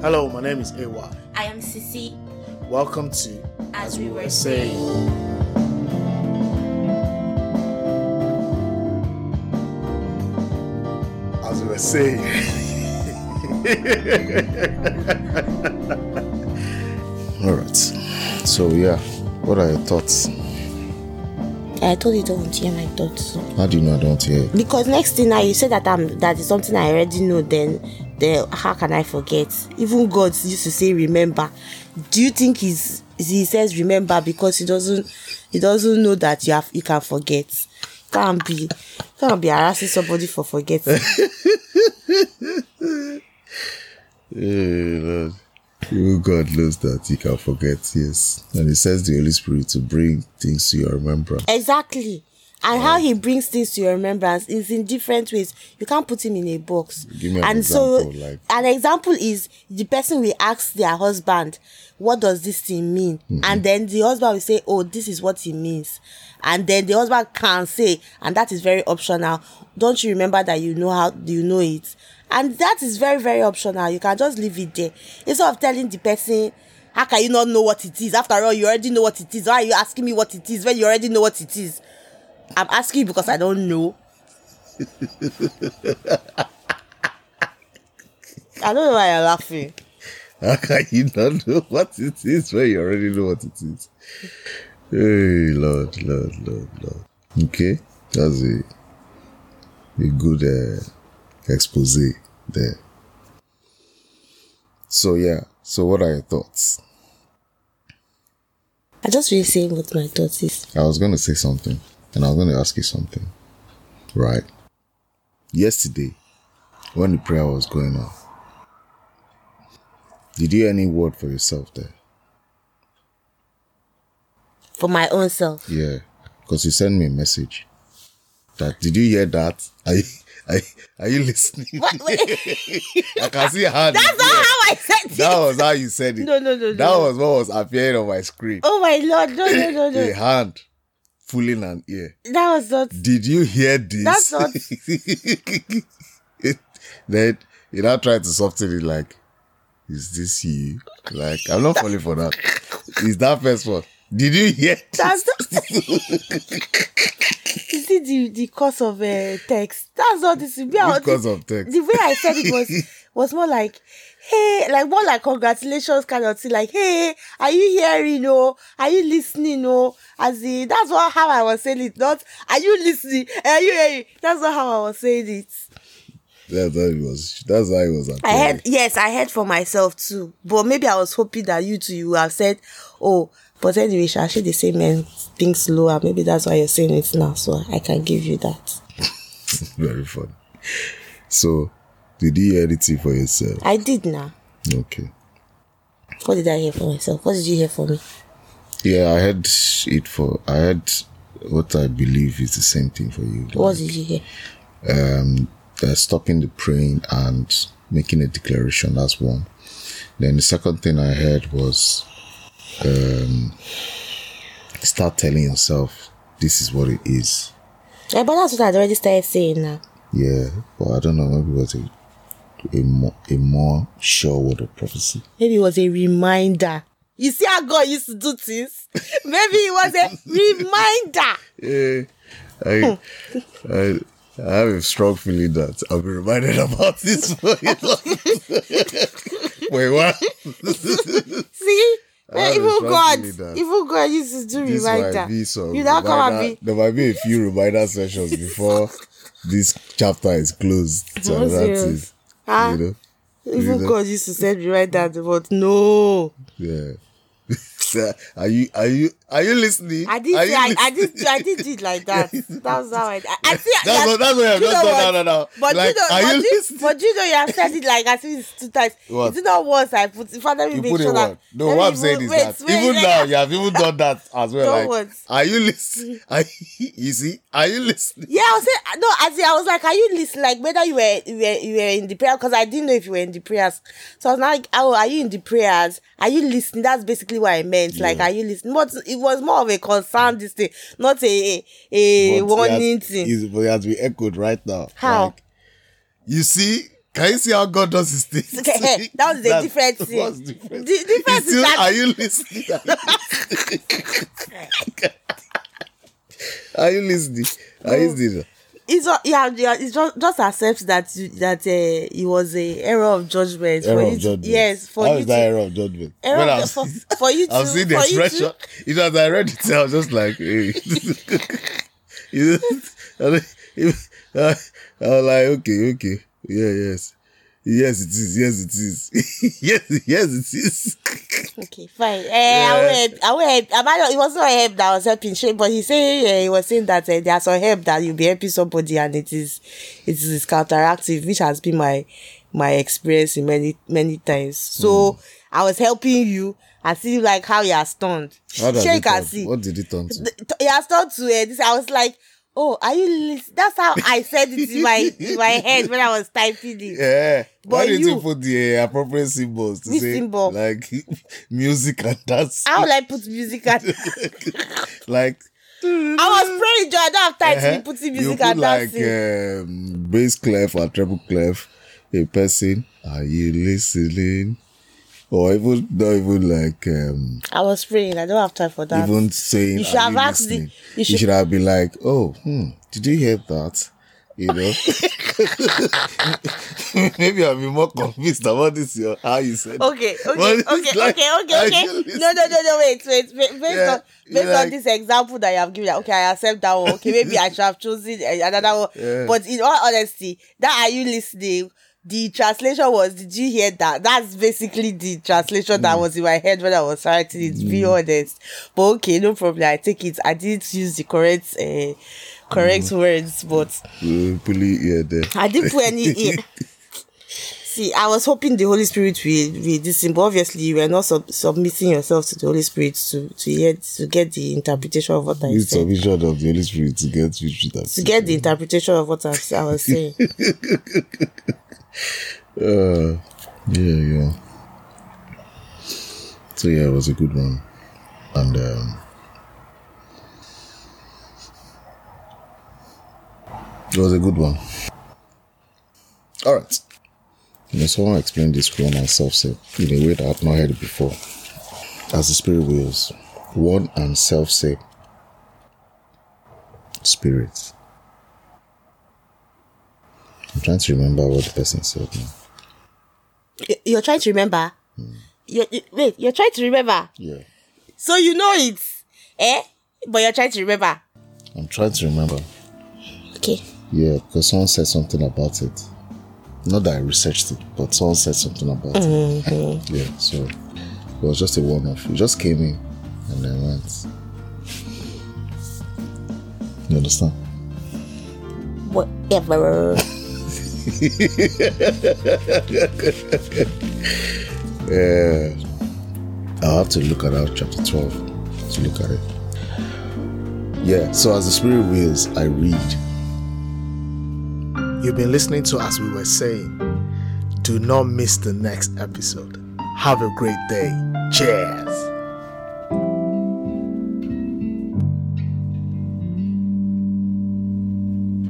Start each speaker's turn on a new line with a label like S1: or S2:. S1: Hello, my name is Awa.
S2: I am Sisi.
S1: Welcome to
S2: As We Were Saying.
S1: As we were saying. All right. So yeah, what are your thoughts?
S2: I told you don't want to hear my thoughts.
S1: How do you know I don't hear? it?
S2: Because next thing now you say that I'm that is something I already know, then then how can I forget? Even God used to say remember. Do you think he's he says remember because he doesn't he doesn't know that you have you can forget. Can't be can't be harassing somebody for forgetting.
S1: Eh, Lord. Even God knows that He can forget. Yes, and He sends the Holy Spirit to bring things to your remembrance.
S2: exactly. And how he brings things to your remembrance is in different ways. You can't put him in a box.
S1: Give me an
S2: and
S1: example,
S2: so
S1: like-
S2: an example is the person will ask their husband, "What does this thing mean?" And then the husband will say, "Oh, this is what it means." And then the husband can say, and that is very optional. Don't you remember that you know how you know it? And that is very very optional. You can just leave it there instead of telling the person. How can you not know what it is? After all, you already know what it is. Why are you asking me what it is when you already know what it is? I'm asking you because I don't know. I don't know why you're laughing.
S1: How can you not know what it is when you already know what it is? Hey, Lord, Lord, Lord, Lord. Okay, that's a a good uh, expose there. So yeah, so what are your thoughts?
S2: I just really saying what my thoughts is.
S1: I was going to say something, and I was going to ask you something, right? Yesterday, when the prayer was going on, did you hear any word for yourself there?
S2: For my own self.
S1: Yeah, because you sent me a message. That did you hear that? Are you are, you- are you listening?
S2: What, wait,
S1: I can see how
S2: that's not how I said it.
S1: that was how you said it.
S2: No, no, no,
S1: That
S2: no.
S1: was what was appearing on my screen.
S2: Oh my lord, no, no, no, no.
S1: A hand fooling an ear.
S2: That was not.
S1: Did you hear this?
S2: That's not.
S1: then you now try to soften it like, is this you? Like I'm not falling for that. Is that first one? Did you hear?
S2: That's not. you see the, the cause of uh, text. That's not this. Me, I
S1: Which
S2: was-
S1: cause of text?
S2: The way I said it was was more like, hey, like more like congratulations kind of thing. Like, hey, are you hearing? No, are you listening? No, as in that's what how I was saying it. Not are you listening? Are you hearing? That's not how I was saying it.
S1: That's how it was. That's how it was.
S2: I
S1: appearing.
S2: heard yes, I heard for myself too. But maybe I was hoping that you too you would have said, oh. But anyway, Sha, actually the same men think slower. Maybe that's why you're saying it now. So I can give you that.
S1: Very fun. So, did you hear anything for yourself?
S2: I did now.
S1: Okay.
S2: What did I hear for myself? What did you hear for me?
S1: Yeah, I heard it for. I heard what I believe is the same thing for you.
S2: What did you hear?
S1: um, uh, stopping the praying and making a declaration. That's one. Then the second thing I heard was um, start telling yourself this is what it is.
S2: Yeah, Eh, but that's what I'd already started saying now.
S1: Yeah, but I don't know. Maybe it was a, a more a more sure word of prophecy.
S2: Maybe it was a reminder. You see how God used to do things? Maybe it was a
S1: Yeah,
S2: reminder.
S1: I, I, I have a strong feeling that I'll be reminded about this for a long- Wait, what?
S2: See? Eh,
S1: Ah,
S2: even
S1: there's
S2: God,
S1: something in that.
S2: even God used to do
S1: This might
S2: reminder.
S1: be some.
S2: you now come and
S1: reminder-
S2: be.
S1: There might be a few reminder sessions before this chapter is closed. So
S2: Oh,
S1: that's
S2: serious.
S1: it.
S2: Ah,
S1: You know?
S2: even
S1: know.
S2: God used to send reminder, but no.
S1: Yeah. So, are you are you are you listening?
S2: I didn't.
S1: Are you
S2: say I, I
S1: listening?
S2: didn't. I didn't do it like that. That's how I. I, I see.
S1: That's what- that's what I've
S2: you
S1: just
S2: know
S1: done. No,
S2: what?
S1: no, no.
S2: But
S1: Like,
S2: you know,
S1: are
S2: but,
S1: you
S2: you,
S1: listening?
S2: but you know, you have said it like I think it's two times.
S1: What?
S2: It's not once I put. In fact, let me
S1: You
S2: make
S1: put
S2: sure
S1: a
S2: that.
S1: word. No,
S2: let
S1: what
S2: me
S1: I'm saying
S2: even-
S1: is
S2: wait,
S1: that
S2: wait,
S1: even
S2: let-
S1: now you have even done that as well.
S2: Don't
S1: like,
S2: want.
S1: are you listening? Are you, you see? Are you listening?
S2: Yeah, I was saying no. As in, I was like, "Are you listening? Like whether you were you were, you were in the prayer because I didn't know if you were in the prayers." So I was like, "Oh, are you in the prayers? Are you listening?" That's basically what I meant. Like,
S1: Yeah.
S2: are you listening? But it was more of a concern this thing, not a a,
S1: But
S2: a
S1: it has-
S2: warning thing.
S1: is- But it has been echoed right now.
S2: How?
S1: Like, you see, Can you see how God does his things?
S2: Okay, that was a different thing.
S1: What's different?
S2: The difference
S1: It's still-
S2: is that-
S1: Are you listening? Are you listening? Are you listening? Are you listening?
S2: it's not, yeah, yeah, it's just just accept that you, that uh, it was a error of judgment.
S1: Error
S2: for
S1: of
S2: you to-
S1: judgment.
S2: yes, for
S1: How
S2: you
S1: is that
S2: to-
S1: error of judgment?
S2: Error
S1: When
S2: of-
S1: I've
S2: for-
S1: seen-
S2: for you
S1: I've
S2: to-
S1: seen the
S2: for you to-
S1: expression. It as I read it, I was just like, hey. You know, I was like, okay, okay, yeah, yes, yes, it is, yes, it is, yes, yes, it is.
S2: Okay, fine. Uh, yeah. I will help. I will help. Am I not- It was not help that was helping shape, but he say uh, he was saying that uh, there's some help that you'll be helping somebody, and it is it is counteractive, which has been my my experience in many many times.
S1: Mm.
S2: So I was helping you and see like how you are stunned.
S1: How does
S2: Shake
S1: it
S2: can
S1: turn?
S2: see.
S1: What did it turn to?
S2: The- t- He has turned to uh, this. I was like. Oh, are you? Lis-? That's how I said it in my in my head when I was typing it.
S1: Yeah. Why
S2: But
S1: did
S2: you-
S1: you put the uh, appropriate symbols to
S2: Which
S1: say
S2: symbol? Ah.
S1: like music and dance?
S2: How will I put music? At-
S1: like
S2: I was praying, Joe. I don't have time to
S1: uh-huh.
S2: be putting
S1: you
S2: music
S1: put
S2: and
S1: like
S2: dancing.
S1: um, bass clef or treble clef, a person. Are you listening? Or even not even like um,
S2: I was praying. I don't have time for that.
S1: even saying
S2: you should
S1: "Are
S2: have asked the-
S1: listening?"
S2: you
S1: you
S2: should-
S1: should, have been like, oh, hmm, did you hear that? You know, maybe I'll be more convinced about this. Your how you said.
S2: okay, okay,
S1: But it's
S2: okay,
S1: like,
S2: okay, okay,
S1: are
S2: okay.
S1: you listening?
S2: No, no, no, no. Wait, wait. ba- Based
S1: Yeah,
S2: on based
S1: like-
S2: on this example that you have given, okay, I accept that one. Okay, maybe I should have chosen eh, another one.
S1: Yeah.
S2: But in all honesty, that are you listening? The translation was, did you hear that? That's basically the translation
S1: Mm.
S2: that was in my head when I was writing it. Be honest, but okay, no problem. I take it. I didn't use the correct, uh, correct
S1: Mm.
S2: words, but
S1: Uh, Puli, yeah, there.
S2: I didn't put any in. See, I was hoping the Holy Spirit will, will this thing, but obviously you were not sub- submitting yourself to the Holy Spirit to to hear to get the interpretation of what I
S1: It's
S2: said.
S1: submission of the Holy Spirit to get which that.
S2: To get the interpretation of what I, s- I was saying.
S1: Uh, yeah, yeah. So yeah, it was a good one, and um, it was a good one. All right. You know, someone explained this one myself so in a way that I've not heard it before. As the spirit wills, one and self same. Spirit. I'm trying to remember what the person said now.
S2: You- You're trying to remember. You, you- wait, you're trying to remember.
S1: Yeah.
S2: So you know it, eh? But you're trying to remember.
S1: I'm trying to remember.
S2: Okay.
S1: Yeah, because someone said something about it. Not that I researched it, but someone said something about it. Yeah, so it was just a one off. It just came in and then went. You understand?
S2: Whatever.
S1: Yeah. Uh, I'll have to look at out chapter 12 to look at it. Yeah, so as the Spirit wills, I read.
S3: You've been listening to As We Were Saying. Do not miss the next episode. Have a great day. Cheers.